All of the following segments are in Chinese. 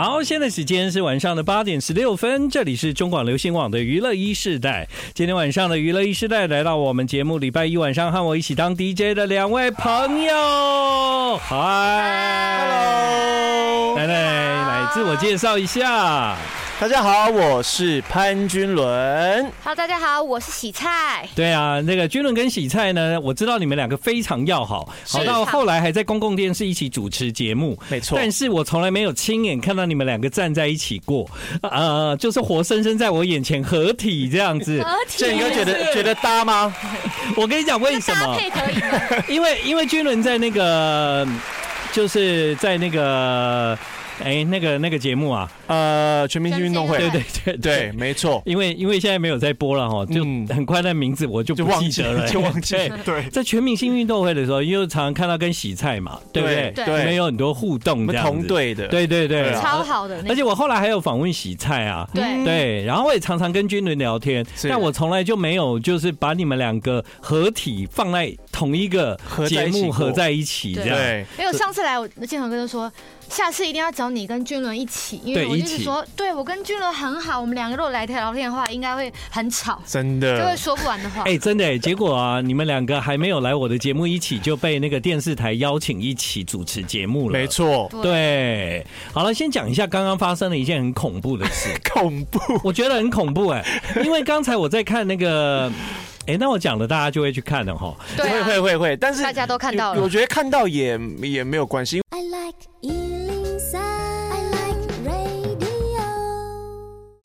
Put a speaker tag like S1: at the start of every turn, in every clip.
S1: 好，现在时间是晚上的八点十六分，这里是中广流行网的娱乐一世代。今天晚上的娱乐一世代来到我们节目礼拜一晚上和我一起当 DJ 的两位朋友，嗨，Hello，来来来，自我介绍一下。
S2: 大家好，我是潘君伦。
S3: Hello，大家好，我是洗菜。
S1: 对啊，那个君伦跟喜菜呢，我知道你们两个非常要好，好
S3: 是
S1: 到后来还在公共电视一起主持节目，
S2: 没错
S1: 但是我从来没有亲眼看到你们两个站在一起过，呃，就是活生生在我眼前合体这样 子。
S3: 合体
S2: 这你会觉 得觉得搭吗？
S1: 我跟你讲为什
S3: 搭
S1: 么？
S3: 配可以吗？
S1: 因为因为君伦在那个，就是在那个，哎，那个那个节目啊，
S2: 呃，全明星运动会，
S3: 全
S1: 对
S3: 明
S1: 对对
S2: 对，没错，
S1: 因为因为现在没有在播了哈，就
S2: 嗯
S1: 很快那名字我就
S2: 就
S1: 不
S2: 忘
S1: 记
S2: 记
S1: 得了，
S2: 就忘记
S1: 对，
S2: 对
S1: 在全明星运动会的时候，因为常常看到跟喜菜嘛，对不对？
S3: 对
S1: 你们
S2: 对，
S1: 有很多互动，
S2: 我们同，队的，
S1: 对对对
S2: 对，啊
S3: 超好的那
S1: 而且
S3: 个，
S1: 我后来还有访问喜菜啊。
S3: 对
S1: 对，然后我也常常跟君伦聊天，
S2: 是
S1: 但我从来就没有就是把你们两个合体放在同一个
S2: 合
S1: 节
S2: 在一起
S1: 目
S2: 过
S1: 合在一起这
S3: 对
S1: 样。
S2: 对，
S3: 没有上次来，我建宏哥就说，下次一定要找你跟君伦一起，因为
S1: 对
S3: 我
S1: 一
S3: 就是
S1: 起
S3: 说，对我跟君伦很好，我们两个如果来聊天的话，应该会很吵，
S2: 真
S3: 就会
S2: 的，
S3: 说不完的话。
S1: 哎，真的哎，结果啊，你们两个还没有来我的节目，一起就被那个电视台邀请一起主持节目了。
S2: 没错，
S1: 对，好了，先讲一下刚刚发生了一件很恐怖的 事。
S2: 恐怖，
S1: 我觉得很恐怖哎、因为刚才我在看那个，哎、那我讲了，大家就会去看了哈。
S3: 对
S2: 会
S3: 啊
S2: 会会会，但是
S3: 大家都看到了
S2: 我觉得看到也也没有关系，
S4: I like Ealing Sound. I like radio.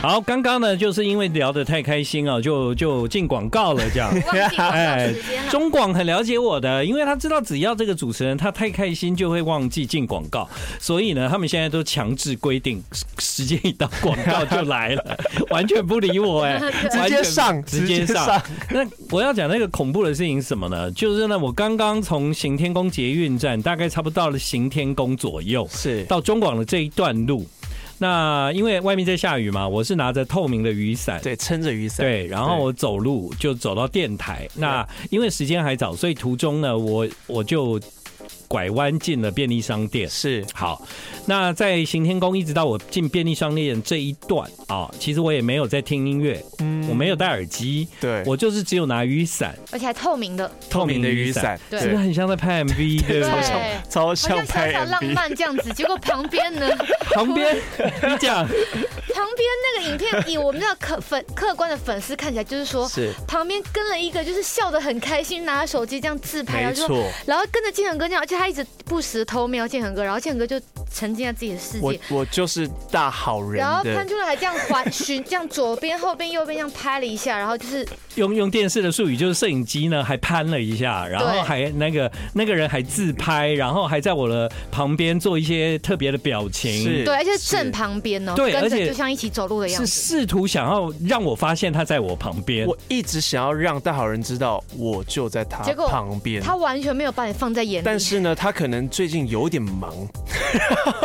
S1: 好，刚刚呢，就是因为聊得太开心啊，就就进广告了这样。
S3: 忘记
S2: 哎
S3: 广告时间了。
S1: 中广很了解我的，因为他知道只要这个主持人他太开心就会忘记进广告，所以呢，他们现在都强制规定时时间一到广告就来了，完全不理我哎、
S2: 直接上，
S1: 直接上。那我要讲那个恐怖的事情是什么呢？就是呢，我刚刚从行天宫捷运站，大概差不多到了行天宫左右，
S2: 是
S1: 到中广的这一段路。那因为外面在下雨嘛，我是拿着透明的雨伞。
S2: 对，撑着雨伞，
S1: 对，然后我走路就走到电台。那因为时间还早，所以途中呢，我我就拐弯进了便利商店。
S2: 是
S1: 好，那在行天宫一直到我进便利商店这一段啊，其实我也没有在听音乐，我没有戴耳机，
S2: 嗯对，
S1: 我就是只有拿雨伞，
S3: 而且还透明的，
S2: 透明的雨，伞，
S3: 对
S1: 是不是很像在拍 MV？对不
S3: 好
S1: 对？
S3: 像
S2: 超
S3: 好
S2: 像
S3: 像小
S2: 拍
S3: 小浪
S2: MV，
S3: 漫这样子，结果旁边呢，
S1: 旁边你 讲
S3: 旁边那个影片以我们的客粉客观的粉丝看起来，就是说
S2: 是
S3: 旁边跟了一个就是笑得很开心，拿着手机这样自拍，
S2: 没
S3: 然哎后就
S2: 错。
S3: 然后跟着建恒哥那样，而且他一直不时偷瞄建恒哥，然后建恒哥就沉浸在自己的世
S2: 我
S3: 界。
S2: 我就是大好人
S3: 然后潘
S2: 的，
S3: 俊伦还这样环巡，这样左边、后边、右边这样拍了一下，然后就是
S1: 用用电视的术语，就是摄影机呢还攀了一下，然后
S3: 对
S1: 还那个那个人还自拍，然后还在我的旁边做一些特别的表情，
S2: 是
S3: 对，而且正旁边哦，
S1: 对而
S3: 跟
S1: 且
S3: 着就像一起走路的样
S1: 是
S3: 子。
S1: 试图想要让我发现他在我旁边。
S2: 我一直想要让大好人知道我就在他
S3: 结果
S2: 旁边。
S3: 他完全没有把你放在眼 里，
S2: 但是呢，他可能最近有点忙，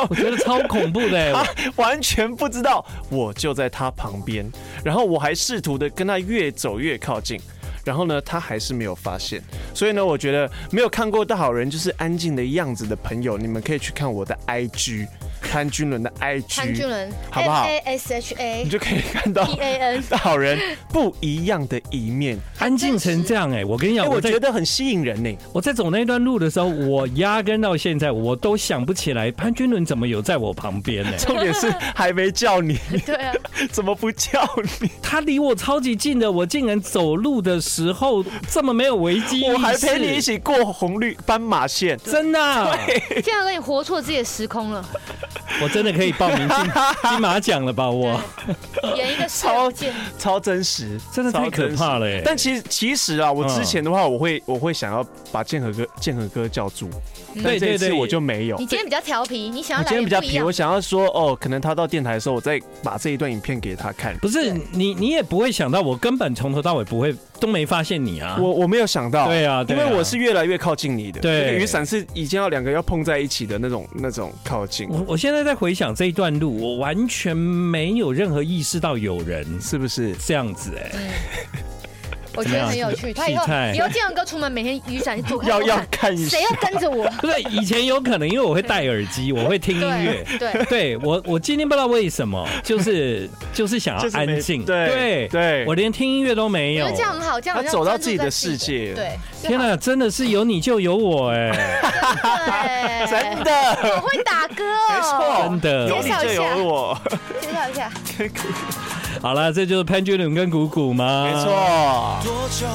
S1: 我觉得超恐怖的、 欸，
S2: 啊
S1: 我
S2: 完全不知道我就在他旁边。然后我还试图的跟他越走越靠近，然后呢，他还是没有发现。所以呢，我觉得没有看过《大好人就是安静的样子》的朋友，你们可以去看我的 IG 潘君伦的 IG，
S3: 潘俊伦
S2: 好不好
S3: A 哎 S H
S2: 你
S3: A
S2: 就可以看到
S3: P A N，
S2: 大好人不一样的一面。
S1: 安静成这样哎、我跟你
S2: 哎、
S1: 讲，
S2: 我
S1: 我在
S2: 觉得很吸引人呢、
S1: 我在走那段路的时候，我压根到现在我都想不起来潘君伦怎么有在我旁边欸 呢、
S2: 重点是还没叫 你，
S3: 对啊，
S2: 怎么不叫你？
S1: 他离我超级近的，我竟然走路的时候这么没有危机意识
S2: 我还陪你一，起过红绿斑马线，
S1: 真的啊、
S3: 建恒哥你活出了自己的时空了，
S1: 我真的可以报名 金金马奖了吧？我
S3: 演一个视
S2: 超
S3: 见
S2: 超真实，
S1: 真的太
S2: 超
S1: 可
S2: 真实
S1: 怕了耶！嗯
S2: 但其实其实啊，我之前的话，我会我会想要把建和哥建和哥叫住，但
S1: 对
S2: 这
S1: 对
S2: 一次
S1: 对，
S2: 我就没有。
S3: 你今天比较调皮，你想
S2: 我
S3: 要
S2: 今天
S3: 来点
S2: 比较
S3: 不一
S2: 皮，
S3: 样
S2: 我。想要说哦，可能他到电台的时候，我再把这一段影片给他看。
S1: 不是你，你也不会想到，我根本从头到尾不会都没发现你啊！
S2: 我我没有想到，
S1: 对啊
S2: 因
S1: 对啊
S2: 为我是越来越靠近你的，
S1: 对
S2: 那个雨伞是已经要两个要碰在一起的那种那种靠近，
S1: 我我现在在回想这一段路，我完全没有任何意识到有人
S2: 是不是？
S1: 这样子哎、
S3: 我觉得很有趣。他以后
S1: 洗菜
S3: 以后建恒哥出门每天雨伞躲开
S2: 要
S3: 我
S2: 要看一下
S3: 谁要跟着我？
S1: 不是以前有可能，因为我会戴耳机，我会听音乐。
S3: 对对，
S1: 对我，我今天不知道为什么，就是就是想要
S2: 就是没
S1: 安静。
S2: 对对
S1: 我连听音乐都没
S3: 因
S1: 有
S3: 为。这样很好，这
S2: 他
S3: 样好像
S2: 走到
S3: 专注
S2: 自己
S3: 在
S2: 的世界
S3: 对，
S1: 天哪，真的是有你就有我哎、
S3: 对，
S2: 真的，
S3: 我会打歌哦，
S2: 没错
S1: 真的
S2: 有你就有我，
S3: 介绍一下，
S1: 好了，这就是潘君伦跟谷谷吗？
S2: 没。错。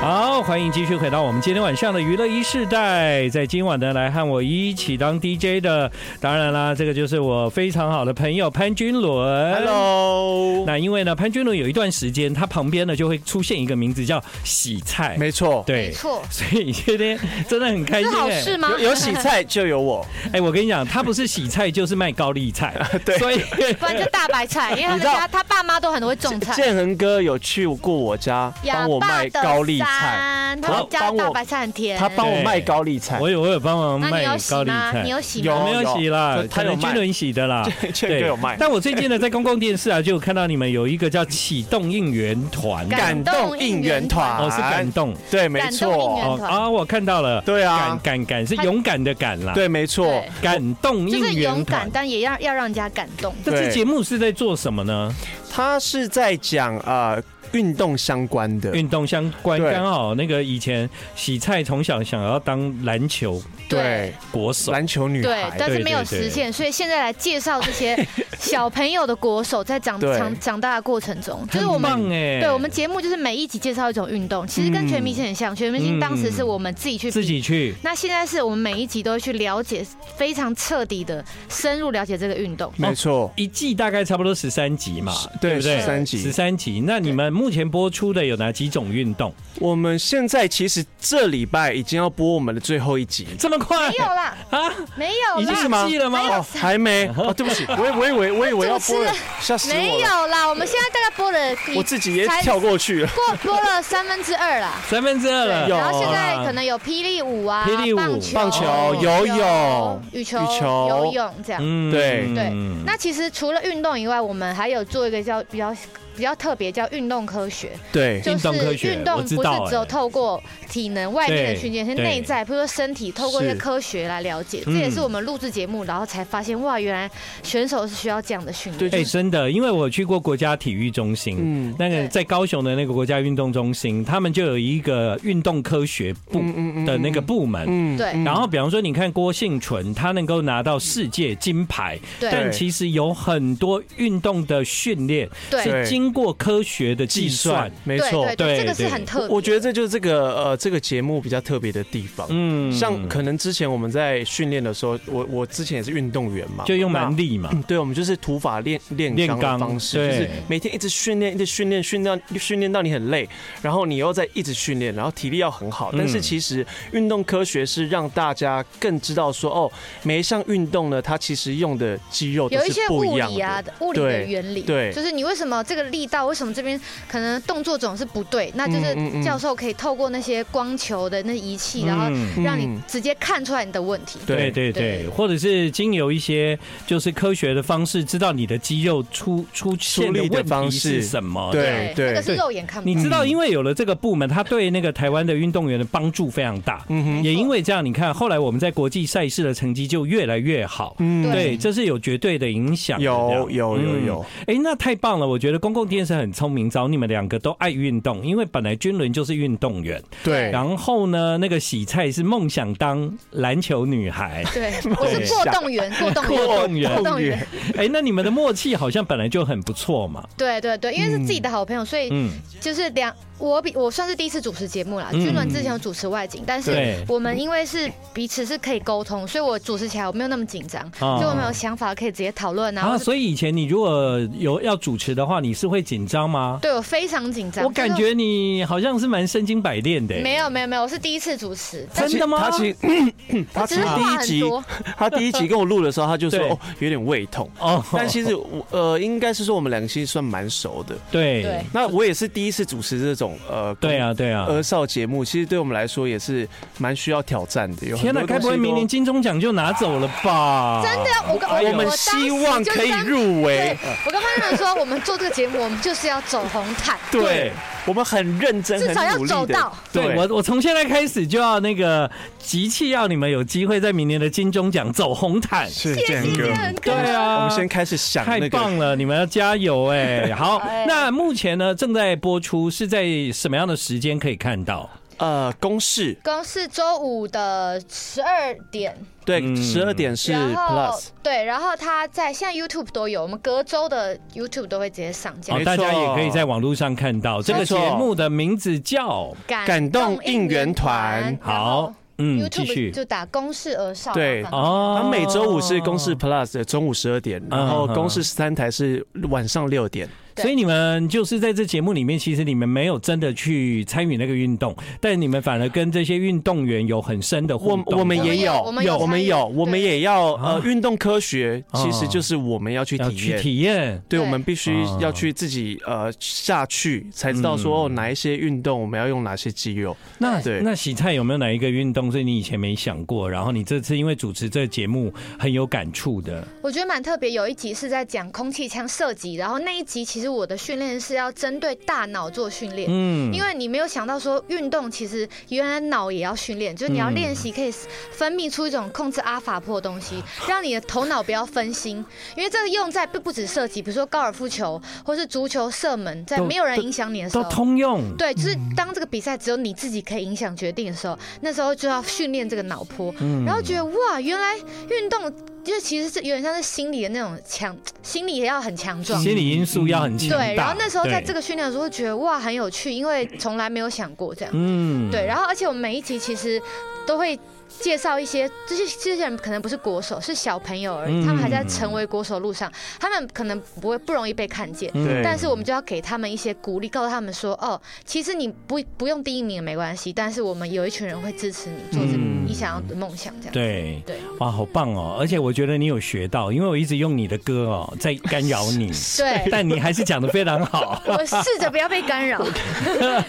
S1: 好，欢迎继续回到我们今天晚上的娱乐一世代。在今晚呢，来和我一起当 DJ 的，当然啦，这个就是我非常好的朋友潘君伦。
S2: Hello，
S1: 那因为呢，潘君伦有一段时间，他旁边呢就会出现一个名字叫洗菜，
S2: 没错，
S3: 没
S1: 对，
S3: 错，
S1: 所以今天真的很开
S3: 是
S1: 心
S3: 好
S1: 哎、
S3: 事吗？
S2: 有有洗菜就有 我，
S1: 哎、我跟你讲，他不是洗菜就是卖高丽菜，
S2: 对
S1: 所以
S3: 不然就大 白菜，因为他们
S2: 你知道
S3: 家他爸妈都很会种菜。
S2: 建恒哥有去过我家帮我卖高丽菜，
S3: 山，他
S2: 然后
S3: 们家
S2: 帮我
S3: 大白菜很甜。
S2: 他帮我卖高丽菜
S1: 我，有我有帮忙
S3: 那
S1: 卖
S3: 你有
S1: 高
S3: 洗
S1: 丽
S3: 吗？
S1: 菜
S3: 你。有洗
S2: 哦有
S3: 吗？
S1: 没有洗啦
S2: 有，
S1: 可
S2: 他有
S1: 能
S2: 卖
S1: 君伦洗 的啦，
S2: 建恒哥有卖，
S1: 但我最近呢，在公共电视啊，就有看到你们有一个叫启动应援团，
S2: 感动应援团，
S1: 哦是感，动
S2: 对，没
S3: 感动应援
S2: 错，
S1: 哦
S3: 团
S1: 啊，我看到了，
S2: 对
S1: 感
S2: 啊，
S1: 感感是
S3: 他
S1: 勇敢的敢啦，，
S2: 对，没错
S3: 对。
S1: 感动
S3: 就
S1: 应
S3: 是勇
S1: 援
S3: 敢
S1: 团，。
S3: 但也要要让人家感动。
S1: 那这
S2: 对
S1: 节目是在做什么呢？
S2: 他是在讲呃运动相关的，
S1: 运动相关，
S2: 对
S1: 刚好那个以前洗菜从小想要当篮球
S2: 对，
S1: 国手，
S2: 篮球女
S3: 对，
S2: 孩，
S3: 但是没有
S1: 对对对
S3: 实现，所以现在来介绍这些 小朋友的国手在长
S2: 对
S3: 长长大的过程中，就是我
S1: 很棒
S3: 们。
S1: 哎，
S3: 对我们节目就是每一集介绍一种运动，其
S2: 嗯
S3: 实跟全明星很像。全明星当时是我们自己去比
S1: 自己去，
S3: 那现在是我们每一集都会去了解，非常彻底的深入了解这个运动。
S2: 没错，
S1: 一季大概差不多十三集嘛，
S2: 对，
S1: 不对
S2: 十三
S1: 十
S2: 集。
S1: 三集。那你们目前播出的有哪几种运动？
S2: 我们现在其实这礼拜已经要播我们的最后一集，
S1: 这么快
S3: 没有啦，
S1: 啊？
S3: 没有
S1: 已经
S3: 啦，
S1: 是吗？了吗？
S2: 哦，还没哦，对不起，我以我以为我以为要播了，吓死
S3: 没
S2: 我了，
S3: 有啦，我们现在大概播了，
S2: 我自己也跳过去了。
S3: 过播了三分之二啦。
S1: 三分之二了。
S3: 对，
S2: 有
S3: 然后现在可能有霹雳舞啊、
S1: 霹雳舞
S3: 棒球、
S2: 棒球游泳
S3: 羽球、
S2: 羽球
S3: 游泳这样。
S1: 嗯
S2: 对
S3: 对，那其实除了运动以外，我们还有做一个叫比较比较特别，叫运动科学，
S2: 对
S1: 运
S3: 是
S1: 动科学
S3: 运
S1: 我
S3: 动
S1: 知
S3: 不是
S1: 道
S2: 欸
S3: 只有
S1: 哎
S3: 透过体能外面的
S1: 对
S3: 训练，是
S1: 对
S3: 内在，比如说身体，透过一些
S2: 是
S3: 科学来了解。这
S1: 嗯
S3: 也是我们录制节目，然后才发现哇，原来选手是需要这样的训练。
S1: 哎，真的，因为我去过国家体育中心。
S2: 嗯
S1: 那个
S3: 对
S1: 在高雄的那个国家运动中心，他们就有一个运动科学部
S2: 嗯
S1: 的那个部门。
S2: 嗯
S3: 对
S1: 然后，比方说，你看郭幸存，他能够拿到世界金牌，
S3: 对
S1: 但其实有很多运动的训练
S3: 对
S2: 是
S1: 是经过科学的计算。，
S2: 没
S3: 对
S2: 错
S3: 对，
S1: 对
S3: 对，这个是
S1: 对
S3: 很特别的。
S2: 我觉得这就是这个呃这个节目比较特别的地方。
S1: 嗯
S2: 像可能之前我们在训练的时候，我我之前也是运动员嘛，
S1: 就用
S2: 那
S1: 蛮力嘛，
S2: 嗯 对，我们就是土法炼炼
S1: 炼
S2: 钢
S1: 钢
S2: 的方式，
S1: 对
S2: 就是每天一直训练，一直训练，训练到训练到你很累，然后你又再一直训练，然后体力要很好。
S1: 嗯
S2: 但是其实运动科学是让大家更知道说，哦，每一项运动呢，它其实用的肌肉都
S3: 有一些
S2: 是不一
S3: 物
S2: 样
S3: 理啊
S2: 的。，
S3: 物理的
S2: 对
S3: 原理，
S2: 对
S3: 就是你为什么这个力道，为什么这边可能动作总是不对，那就
S2: 嗯嗯
S3: 是
S2: 嗯
S3: 教授可以透过那些光球的那仪器，然后
S1: 嗯
S3: 让你
S2: 嗯
S3: 直接看出来你的问题。
S1: 对
S2: 对
S1: 对
S3: 对
S1: 对，或者是经由一些就是科学的方式，知道你的肌肉出出现的
S2: 力的
S1: 问题
S2: 方
S1: 是
S2: 式
S1: 什么。
S2: 对对
S3: 这个是肉眼看不
S1: 你
S3: 到。
S1: 知道，因为有了这个部门，他对那个台湾的运动员的帮助非常大。
S2: 嗯哼，
S1: 也因为这样，你看后来我们在国际赛事的成绩就越来越好。
S2: 嗯
S3: 对。
S1: 对，这是有绝对的影响的。
S2: 有有
S1: 这样
S2: 有有，
S1: 哎、那太棒了！我觉得公共动电视很聪明，找你们两个都爱运动，因为本来君伦就是运动员，
S2: 对，
S1: 然后呢，那个洗菜是梦想当篮球女 孩
S3: 对，我是过动员，过动员，
S1: 过动员
S3: 过动员，
S1: 哎、那你们的默契好像本来就很不错嘛。
S3: 对对对，因为是自己的好朋友，所以
S1: 嗯，
S3: 就是两我比我算是第一次主持节目啦，
S1: 嗯
S3: 君伦之前有主持外景，但
S1: 对
S3: 是我们因为是彼此是可以沟通，所以我主持起来我没有那么紧张，
S1: 哦
S3: 所以我们有想法可以直接讨论啊。
S1: 啊，
S3: 或是
S1: 所以以前你如果有要主持的话，你是会紧张吗？
S3: 对我非常紧张，
S1: 我感
S3: 就是
S1: 觉你好像是蛮身经百炼的、
S3: 没有没有没有，我是第一次主持，
S2: 他
S1: 真的吗
S2: 他其实 他
S3: 我
S2: 其
S3: 只
S2: 实
S3: 是
S2: 第
S3: 话
S2: 一
S3: 很
S2: 集
S3: 多，
S2: 他第一集跟我录的时候，他就 说
S1: 对
S2: 哦有点胃痛，
S1: 哦，
S2: 但其实我呃应该是说我们两个其实算蛮熟的。
S1: 对
S3: 对
S2: 那我也是第一次主持这种呃
S1: 对啊对啊，
S2: 儿少节目，其实对我们来说也是蛮需要挑战的。有很
S1: 天
S2: 多
S1: 哪，该不会
S2: 东西
S1: 明
S2: 都
S1: 年金钟奖就拿走了吧？
S3: 真的，我跟
S2: 啊我们
S3: 当时
S2: 希望
S3: 就
S2: 可以
S3: 当
S2: 入围
S3: 对，，我跟潘仁说，我们做这个节目，我们就是要走红毯，
S2: 对，我们很认真，
S3: 至少要
S2: 很努力
S3: 走
S2: 的
S3: 到。
S1: 对我，我从现在开始就要那个集气，要你们有机会在明年的金钟奖走红毯。
S2: 是
S3: 谢谢建哥
S1: 对啊，
S2: 我们先开始想
S1: 太
S2: 那个
S1: 棒了，你们要加油哎！好，
S3: 哎
S1: 那目前呢正在播出，是在什么样的时间可以看到？
S2: 呃公式，
S3: 公是周五的十二点，
S2: 对，
S1: 嗯
S2: 十二点是
S3: 然后
S2: Plus，啊
S3: 对，然后他在现在 YouTube 都有，我们隔周的 YouTube 都会直接上架
S1: 好，
S2: 没。
S1: 大家
S2: 错
S1: 也可以在网络上看到这个节目的名字叫
S2: 感动应援团
S3: 然后
S1: 好，嗯，继
S3: YouTube
S1: 续
S3: 就打公式而上。啊
S2: 对
S3: 麻烦
S1: 哦
S2: 它每周五是公式 Plus 的中午十二点，然后
S1: 嗯
S2: 公式十三台是晚上六点。
S3: 对
S1: 所以你们就是在这节目里面，其实你们没有真的去参与那个运动，但你们反而跟这些运动员有很深的互
S2: 我
S1: 动。
S2: 我们也有，
S3: 我们有
S2: 我
S3: 我们
S2: 们有，
S3: 有参与
S2: 我们也要呃
S1: 啊，
S2: 运动科学其实
S1: 哦
S2: 就是我们要去
S1: 要
S2: 体
S1: 去
S2: 验。
S1: 体验。
S2: 对，
S3: 对
S2: 我们必须
S1: 啊嗯
S2: 要去自己呃下去，才知道说哦哪一些运动我们要用哪些肌肉。
S1: 那
S2: 对
S1: 那洗菜有没有哪一个运动是你以前没想过，然后你这次因为主持这个节目很有感触的？
S3: 我觉得蛮特别，有一集是在讲空气枪射击，然后那一集其实我的训练是要针对大脑做训练。
S1: 嗯，
S3: 因为你没有想到说运动其实原来脑也要训练，就是你要
S1: 嗯
S3: 练习可以分泌出一种控制阿法波的东西，让你的头脑不要分心。因为这个用在不不止射击，比如说高尔夫球或是足球射门，在
S1: 都
S3: 没有人影响你的时
S1: 都
S3: 候。
S1: 通用。
S3: 对，就是
S1: 嗯
S3: 当这个比赛只有你自己可以影响决定的时候，那时候就要训练这个脑波，
S1: 嗯
S3: 然后觉得哇，原来运动就是其实是有点像是心理的那种强，心理也要很强壮，
S1: 心理因素要很强大。
S3: 对，然后那时候在这
S1: 个，
S3: 个训练的时候，觉得哇很有趣，因为从来没有想过这样。
S1: 嗯
S3: 对，，然后而且我们每一集其实都会介绍一些，这些这些人可能不是国手，是小朋友而已，
S1: 嗯
S3: 他们还在成为国手路上，他们可能不会不容易被看见。
S1: 嗯
S2: 对
S3: 但是我们就要给他们一些鼓励，告诉他们说，哦，其实你不不用第一名也没关系，但是我们有一群人会支持你做这个
S1: 嗯
S3: 你想要的梦想，这样。
S1: 对
S3: 对
S1: 哇，好棒哦！而且我觉得你有学到，因为我一直用你的歌哦在干扰 你，
S3: 对，
S1: 但你还是讲的非常好。
S3: 我试着不要被干扰，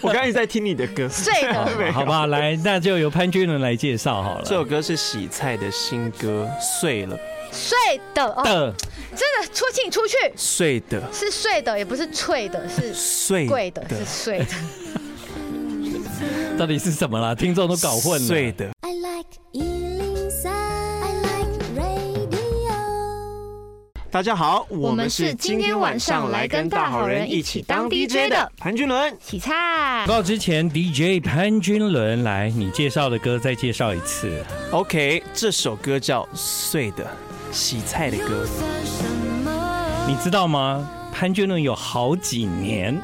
S2: 我刚才在听你的 歌，
S3: 对 的。
S1: 好吧，来，那就由潘君伦来介绍好
S2: 这
S1: 了。
S2: 首歌是洗菜的新歌《碎了
S3: 睡的哦，
S1: 的
S3: 真的出进出去
S2: 碎的
S3: 是睡的，也不是脆的，是
S2: 碎
S3: 贵的，是睡的。
S1: 到底是什么啦？听众都搞混了。
S2: 碎的
S4: I like Ealing Sound. I like radio.
S2: 大家好，我
S3: 我们是今天晚上来跟大好人一起当 DJ 的
S2: 潘君伦。
S3: 洗菜
S1: 广告之前，DJ 潘君伦来，你介绍的歌再介绍一次。
S2: OK，这首歌叫《碎的》，洗菜的歌。
S1: 你知道吗？潘君伦有好几年，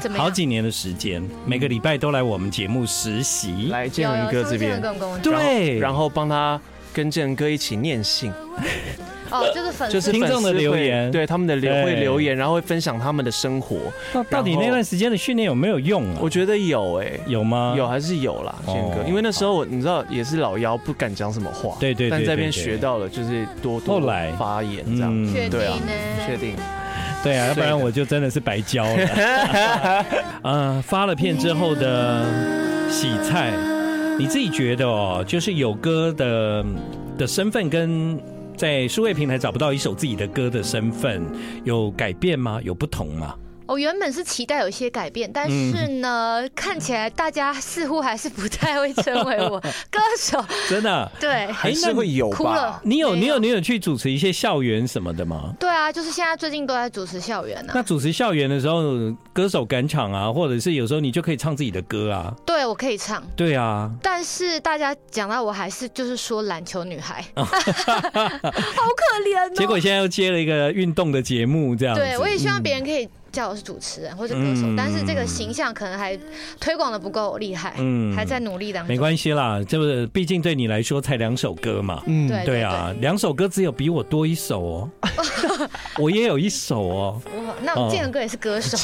S3: 怎么样？
S1: 好几年的时间，每个礼拜都来我们节目实习。
S2: 来，建
S3: 有
S2: 仁
S3: 有
S2: 哥
S3: 上
S2: 这
S3: 次
S2: 边
S3: 有，跟我跟我讲
S1: 对，
S2: 然后帮他跟建仁哥一起念信，
S3: 哦，就是粉
S2: 就
S3: 丝
S2: 是
S1: 听众的
S2: 粉丝会
S1: 留言
S2: 对他们的留会
S1: 对
S2: 留言，然后会分享他们的生活。
S1: 到到底
S2: 然后
S1: 那段时间的训练有没有用啊？
S2: 我觉得有哎、
S1: 有吗？
S2: 有还是有啦，
S1: 哦
S2: 宪哥，因为那时候我你知道也是老妖，不敢讲什么话，
S1: 对对对
S2: 但这边
S1: 对对
S2: 学到了，就是多
S1: 后
S2: 多
S1: 来嗯
S2: 发言这样，
S3: 确定
S2: 对啊
S3: 呢？
S2: 确定
S1: 对啊，要不
S2: 所
S1: 然
S2: 以呢
S1: 我就真的是白交 了。呃，发了片之后的洗菜，你自己觉得哦，就是有歌的嗯的身份跟在数位平台找不到一首自己的歌的身份有改变吗？有不同吗？
S3: 我原本是期待有一些改变，但是呢，看起来大家似乎还是不太会称为我歌手。
S1: 真的。 哎
S3: 对，
S2: 还是会有啊
S3: 哭
S2: 吧
S3: 了？
S1: 你有你有
S3: 没
S1: 你有去主持一些校园什么的吗？
S3: 对啊，就是现在最近都在主持校园呢、
S1: 那主持校园的时候，歌手赶场啊，或者是有时候你就可以唱自己的歌啊。
S3: 对，我可以唱。
S1: 对啊，
S3: 但是大家讲到我还是就是说篮球女孩， 好可怜哦。
S1: 哦结果现在又接了一个运动的节目，这样子。
S3: 对我也希望别人可以叫我是主持人或者歌手，
S1: 嗯
S3: 但是这个形象可能还推广的不够厉害，
S1: 嗯
S3: 还在努力当中。
S1: 没关系啦，这个毕竟对你来说才两首歌嘛。
S2: 嗯
S3: 对
S1: 对啊，两首歌只有比我多一首 哦，我也有一首哦，
S3: 哇，那我建仁哥也是 歌手，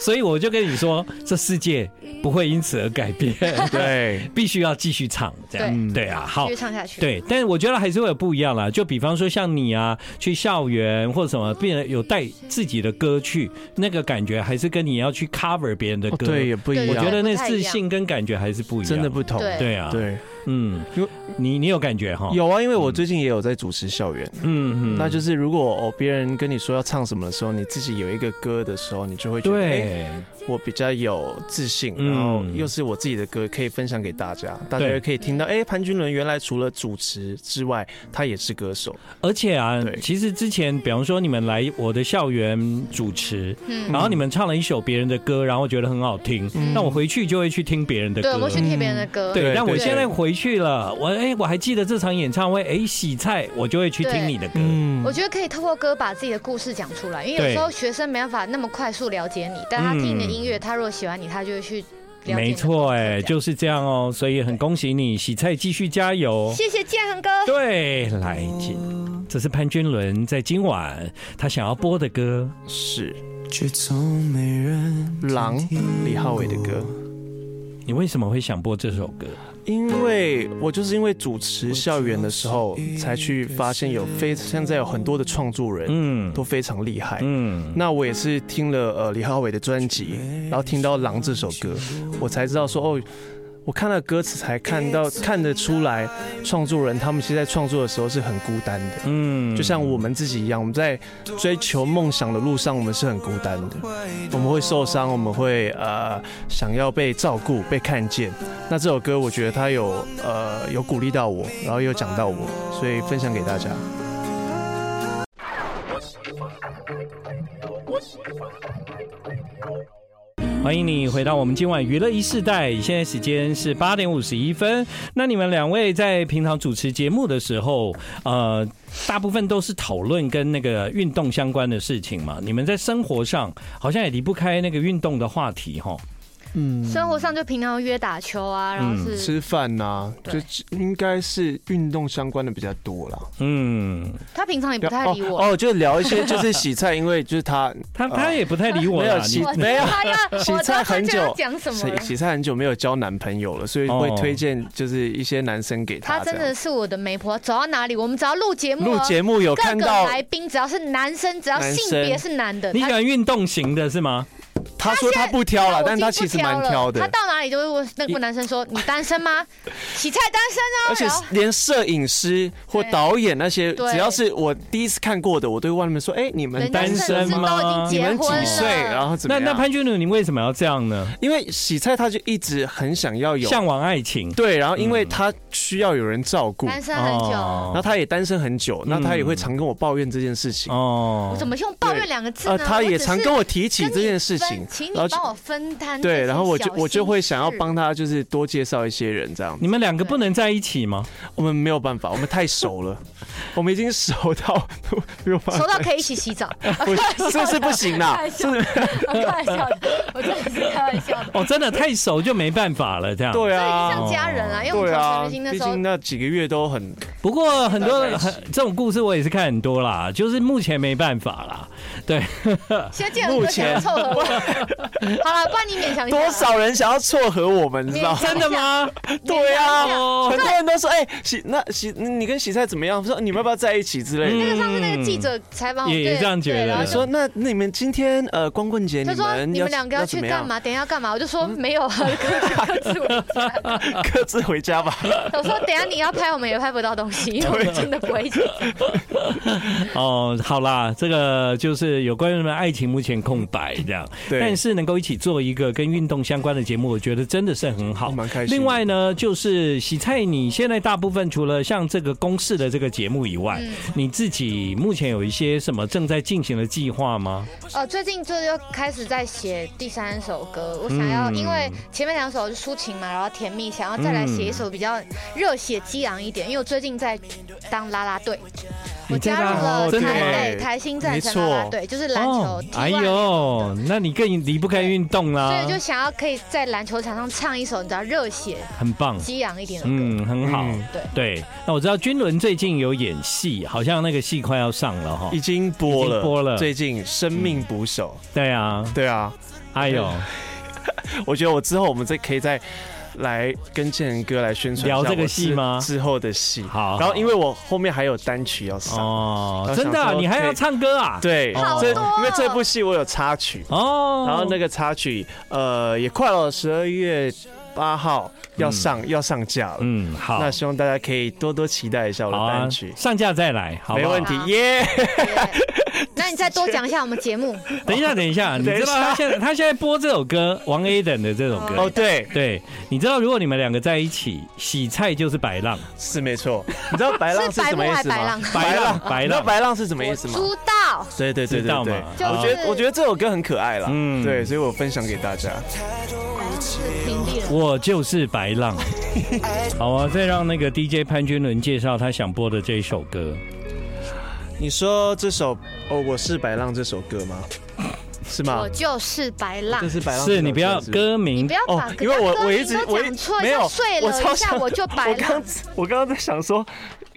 S1: 所以我就跟你说，这世界不会因此而改变，
S2: 对，
S1: 必须要继续唱，这样
S2: 对
S1: 对啊，好
S3: 继续。唱下去。
S1: 对，但是我觉得还是会有不一样啦。就比方说像你啊，去校园或者什么，变得有带自己的歌去，那个感觉还是跟你要去 cover 别人的歌，
S2: 哦对，也不一
S3: 对
S1: 我
S2: 样
S1: 觉，得那
S3: 不太一
S1: 自
S3: 样
S1: 信跟感觉还是不一样，
S2: 真的不同。
S3: 对
S1: 对啊，，
S2: 对，
S1: 嗯
S2: 因为，
S1: 你你有感觉哈？，
S2: 有啊，因为我最近也有在主持校园，
S1: 嗯
S2: 那就是是如果哦别人跟你说要唱什么的时候，你自己有一个歌的时候，你就会觉得，哎，
S1: 对，
S2: 我比较有自信，
S1: 嗯
S2: 然后又是我自己的歌，可以分享给大家，大家
S1: 对
S2: 也可以听到，哎，潘君伦原来除了主持之外，他也是歌手，
S1: 而且啊
S2: 对，
S1: 其实之前，比方说你们来我的校园主持，
S3: 嗯
S1: 然后你们唱了一首别人的歌，然后觉得很好听，
S2: 嗯
S1: 那我回去就会去听别人的
S3: 对，我
S1: 歌嗯
S3: 们。去听别人的歌。
S1: 对，
S2: 对
S1: 但我
S2: 对
S1: 现在回去了，我哎、我还记得这场演唱会，哎、洗菜，我就会去听
S3: 对
S1: 你的歌。
S2: 嗯
S3: 我觉得可以透过歌把自己的故事讲出来，因为
S1: 对
S3: 有时候学生没办法那么快速了解你，但他听你的音乐，他如果喜欢你，他就会去了解你的故事。
S1: 没错，哎，
S3: 这样
S1: 就是这样哦，所以很恭喜你，洗菜继续加油。
S3: 谢谢建恒哥。
S1: 对，来听，
S2: 嗯
S1: 这是潘君伦在今晚他想要播的歌，
S2: 是
S5: 却从没人
S2: 狼李浩伟的歌。
S1: 你为什么会想播这首歌？
S2: 因为我就是因为主持校园的时候，才去发现有非现在有很多的创作人
S1: 嗯
S2: 都非常厉害。
S1: 嗯，
S2: 那我也是听了呃李浩伟的专辑，然后听到《狼》这首歌，我才知道说哦，我看了歌词才看
S1: 嗯
S2: 到看得出来，创作人他们其实在创作的时候是很孤单的。
S1: 嗯，
S2: 就像我们自己一样，我们在追求梦想的路上，我们是很孤单的，
S1: 嗯
S2: 我们会受伤，我们会呃想要被照顾、被看见。那这首歌，我觉得它有呃有鼓励到我，然后有讲到我，所以分享给大家。
S1: 欢迎你回到我们今晚娱乐一世代，现在时间是八点五十一分。那你们两位在平常主持节目的时候，呃，大部分都是讨论跟那个运动相关的事情嘛？你们在生活上好像也离不开那个运动的话题哈。
S2: 嗯，
S3: 生活上就平常约打球啊，然后是、
S2: 吃饭呐、
S3: 对
S2: 就应该是运动相关的比较多啦。
S1: 嗯，
S3: 他平常也不太理我。
S2: 哦，就聊一些就是洗菜，因为就是他
S1: 他他也不太理 我
S2: 啊没有
S1: 啦，
S2: 其
S1: 你
S3: 我
S2: 没有
S3: 他要
S2: 洗
S3: 哎我
S2: 菜
S3: 都
S2: 很
S3: 很
S2: 久
S3: 久讲什么
S2: 洗
S3: 了？
S2: 洗菜很久没有交男朋友了，所以会
S1: 哦
S2: 推荐就是一些男生给
S3: 他
S2: 他这
S3: 真
S2: 样。
S3: 的是我的媒婆，走到哪里，我们只要录节目哦，
S2: 录节目有
S3: 各
S2: 看
S3: 个
S2: 到
S3: 来宾只要是男生，只要
S2: 男
S3: 性
S2: 生
S3: 别是男的，
S1: 你喜
S3: 他
S1: 欢运动型的是吗？
S2: 他说他不挑
S3: 我
S2: 啦
S3: 已，经
S2: 但他其
S3: 不
S2: 实蛮
S3: 了
S2: 挑的
S3: 他。到哪里就会问那个男生说：“你单 身吗？洗菜单身哦。”
S2: 而且
S3: 然后
S2: 连摄影师或导演那些，
S3: 对
S2: 只要是我第一次看过的，我都会问他们说：“哎、你们
S3: 人家
S2: 单
S1: 单身
S3: 甚至
S1: 吗
S3: 都已
S2: 你
S3: 经结
S2: 们
S3: 婚
S2: 几
S3: 啊了，
S2: 岁？然后怎么
S1: 那
S2: 样？”
S1: 那潘君伦，你为什么要这样呢？
S2: 因为洗菜他就一直很想要有
S1: 向往爱情。
S2: 对，然后因为他需要有人照顾，
S3: 单身很久，
S1: 哦
S2: 然后他也单身很久，那他也会常跟我抱怨这件事情。
S1: 哦
S3: 我怎么用抱怨两个字
S2: 呃，
S3: 呢？
S2: 他也常跟
S3: 我
S2: 我提
S3: 只
S2: 起
S3: 是跟
S2: 这
S3: 你
S2: 件事
S3: 分
S2: 情，
S3: 请
S2: 然
S3: 你
S2: 后就
S3: 帮我分担这些小心事。
S2: 对，然后我就我就会想要 帮他，就是多介绍一些人这样。
S1: 你们两个不能在一起 吗？
S2: 我们没有办法，我们太熟了，我们已经熟到没有办法
S3: 收。到可以一起 洗澡，
S2: 不是这是不行 啦，
S3: 笑的，开玩笑的，我真的是开玩笑的。
S1: 哦，真的太熟就没办法了，这样。
S2: 对啊，
S3: 像家人啊，因为我们
S2: 对
S3: 从陈
S2: 啊，
S3: 明星那
S2: 毕
S3: 时候
S2: 竟那几个月都很
S1: 不过很多
S2: 大家一起
S1: 很这种故事我也是看很多啦，就是目前没办法啦。 对，
S3: 现在建文哥想要凑合我，好了，不然你勉强一下。啊
S2: 多少人想要撮合我们，你知道
S3: 勉
S2: 吗？
S3: 强
S1: 真
S3: 一下
S1: 的吗？
S3: 对啊
S1: 哦
S2: 很多人都说，哎、喜那喜你跟喜菜怎么样？说你们要不要在一起之类的。
S3: 那个上次那个记者采
S2: 嗯
S3: 访我，
S1: 也
S3: 对
S1: 也这样觉得
S3: 对然后
S2: 你
S3: 就
S2: 说那那你们今天呃光棍节你
S3: 他说
S2: 们
S3: 你
S2: 要
S3: 们两个要去干？嘛？等一下干嘛？我就说
S1: 嗯
S3: 没有啊，各各自 为家。
S2: 怎么样 各自回家吧。
S3: 啊我说等一下你要拍，我们也拍不到东西，因为我们真的不会一起
S1: 哦，好啦，这个就是有关于我们爱情目前空白这样，
S2: 对
S1: 但是能够一起做一个跟运动相关的节目，我觉得真的是很好，
S2: 嗯蛮开心的
S1: 另外呢，就是洗菜，你现在大部分除了像这个公式的这个节目以外，
S3: 嗯
S1: 你自己目前有一些什么正在进行的计划吗？
S3: 哦，最近就是又开始在写第三首歌，我想要，
S1: 嗯
S3: 因为前面两首就抒情嘛，然后甜蜜，想要再来写一
S1: 嗯
S3: 首比较热血激昂一点，因为我最近在当啦啦队，我
S1: 你在
S3: 加入
S1: 啦
S3: 了
S1: 真的
S3: 台
S2: 哦
S3: 北台新站
S2: 没
S3: 成啦啦
S2: 错
S3: 队，就是篮球，
S1: 哎
S3: T1
S1: 呦，那你更离不开运动啦、
S3: 所以就想要可以在篮球场上唱一首你知道热血
S1: 很棒。
S3: 激昂一点的歌，
S1: 嗯，很好。
S2: 嗯
S3: 对
S1: 对，那我知道君伦最近有演戏，好像那个戏快要上了哈
S2: 已。经播
S1: 已
S2: 了，
S1: 经播了
S2: 最近《生命捕手
S1: 对啊，》
S2: 对啊，
S1: 哎呦，
S2: 我觉得我之后我们再可以再来跟建仁哥来宣传一下
S1: 聊这个
S2: 我之
S1: 戏吗
S2: 之后的戏。
S1: 好
S2: 然后因为我后面还有单曲要上，
S1: 哦，
S2: 然后
S1: 真的啊、
S2: 想说
S1: 你还要唱歌啊？，
S2: 对，
S1: 好
S2: 这
S3: 多哦
S2: 因为这部戏我有插曲，
S1: 哦，
S2: 然后那个插曲呃也快到十二月八号要上要上架了，
S1: 嗯，好，
S2: 那希望大家可以多多期待一下我的
S1: 好啊
S2: 单，曲，
S1: 上架再来，好不啊
S2: 没
S1: 好
S2: 问题
S3: 好啊
S2: 耶。
S3: 对那你再多讲一下我们节目，
S1: 等一下，等一下， 你知道他现在他现在播这首歌，王 A 等的这首歌。
S2: 哦，对，
S1: 对，你知道如果你们两个在一起，洗菜就是白浪，
S2: 是没错。你知道白浪
S3: 是
S2: 是
S3: 白
S2: 什
S3: 目
S2: 么意
S3: 还
S2: 思
S3: 白
S2: 吗
S3: 浪？？
S1: 白浪，
S2: 你
S1: 白
S2: 知道
S1: 浪，
S2: 白浪是什么意
S3: 我
S2: 思吗？
S3: 知道，
S2: 对对对
S1: 知
S2: 对
S1: 道
S2: 对
S1: 吗，？
S3: 就
S1: 好
S2: 我觉得我觉得这首歌很可爱啦，
S1: 嗯
S2: 嗯，对，所以我分享给大家。
S3: 是平地人。
S1: 我就是白浪。 好啊，再让那个 DJ 潘君伦介绍他想播的这一首歌。
S2: 你说这首哦，我是白浪这首歌吗？是吗
S3: 我？就是白浪
S2: 这，是白浪这首歌，
S1: 是你不要
S2: 是
S1: 歌
S3: 你
S1: 名
S3: 不，要把
S2: 哦
S3: 歌
S2: 因为我
S3: 歌
S2: 我一
S3: 名
S2: 直
S3: 都
S2: 我一
S3: 讲错，
S2: 没有
S3: 就睡
S2: 我
S3: 了
S2: 超
S3: 一下
S2: 想
S3: 我就白
S2: 我
S3: 浪
S2: 刚。我刚刚在想说，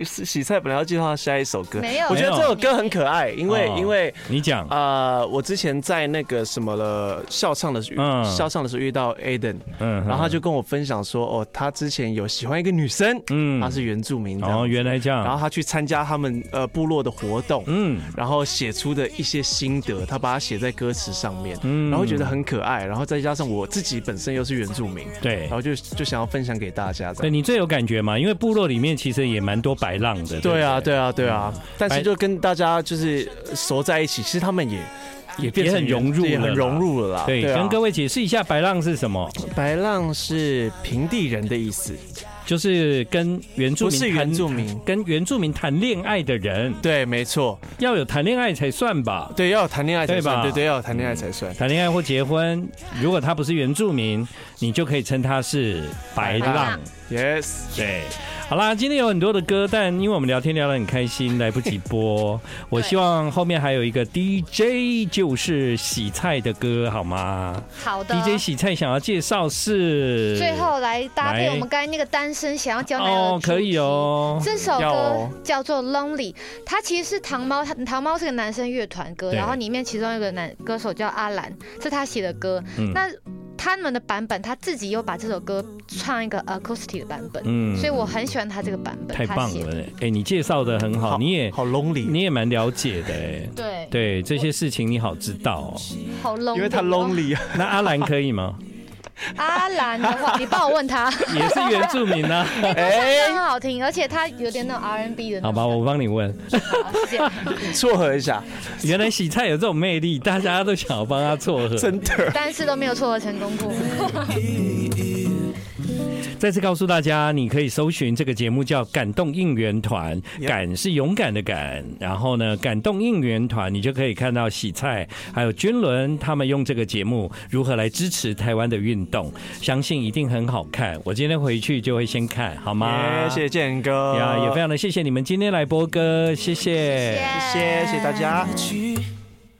S2: 是洗菜本来要介绍他下一首歌，
S3: 没有
S2: 我觉得这首歌很可爱，因为
S1: 哦
S2: 因为。
S1: 你讲
S2: 呃，我之前在那个什么了校唱的时候
S1: 嗯
S2: 校唱的时候遇到 Aden，
S1: 嗯
S2: 然后他就跟我分享说，哦，他之前有喜欢一个女生，
S1: 嗯
S2: 她是原住民这样子，
S1: 哦，原来这
S2: 然后
S1: 样，
S2: 他去参加他们呃部落的活动，
S1: 嗯，
S2: 然后写出的一些心得，他把它写在歌词上面，
S1: 嗯
S2: 然后觉得很可爱，然后再加上我自己本身又是原住民，
S1: 对
S2: 然后就就想要分享给大家这
S1: 对
S2: 样。
S1: 你最有感觉嘛，因为部落里面其实也蛮多白浪的。不
S2: 对啊，对啊，对啊，但
S1: 白
S2: 是就跟大家就是呃熟在一起，其实他们也也变
S1: 也
S2: 成
S1: 很融入了
S2: 也很融入了啦。
S1: 对，
S2: 啊
S1: 跟各位解释一下白浪是什么，
S2: 白浪是平地人的意思，
S1: 就是跟原住
S2: 不
S1: 民
S2: 是
S1: 谈
S2: 原住民。
S1: 跟原住民谈恋爱的人，
S2: 对，没错，
S1: 要有谈恋爱才算吧。
S2: 对，要有谈恋爱才
S1: 对吧
S2: 算，对对，要有谈恋爱才算。
S1: 谈恋爱或结婚，如果他不是原住民，你就可以称他是白
S3: 白
S1: 浪嗯
S3: 浪。
S2: Yes，
S1: 对，好啦，今天有很多的歌，但因为我们聊天聊得很开心，来不及 播。我希望后面还有一个 DJ，就是洗菜的歌，好吗
S3: 好的。
S1: ？DJ 洗菜想要介绍是
S3: 最后来搭配
S1: 来
S3: 我们刚才那个单身想要交男友的
S1: 哦，可以哦
S3: 主题。，这首
S2: 要
S3: 歌
S2: 哦
S3: 叫做《Lonely》，它其实是糖猫，它糖猫是个男生乐团歌，
S1: 对
S3: 然后里面其中一个男歌手叫阿兰，是他写的歌。
S1: 嗯
S3: 那他们的版本，他自己又把这首歌唱一个 acoustic 的版本，
S1: 嗯
S3: 所以我很喜欢他这个版本，
S1: 太
S3: 他
S1: 棒
S3: 写的。
S1: 了！哎，你介绍的很好，你也
S2: 好 lonely，
S1: 你也蛮了解的哎。
S3: 对，
S1: 对这些事情你好知道、哦，
S3: 好 lonely，
S2: 因为他
S3: 哦
S2: lonely 啊，
S1: 那阿兰可以吗？
S3: 阿兰的话，你帮我 问他，
S1: 也是原住民啊，
S3: 真的很好听，而且他有点那种 R N B 的那
S1: 好
S3: 种
S1: 吧，我帮你问。
S3: 感觉，谢谢
S2: 撮合一下，
S1: 原来洗菜有这种魅力，大家都想要帮他撮合。
S2: 真的。
S3: 但是都没有撮合成功过。
S1: 再次告诉大家，你可以搜寻这个节目叫“感动应援团”，感是勇敢的感，然后呢，感动应援团，你就可以看到喜菜还有君伦他们用这个节目如何来支持台湾的运动，相信一定很好看。我今天回去就会先看，好吗？
S2: 耶谢谢建哥，
S1: 呀，也非常的谢谢你们今天来播歌，谢谢
S2: 谢谢大家。
S5: 去。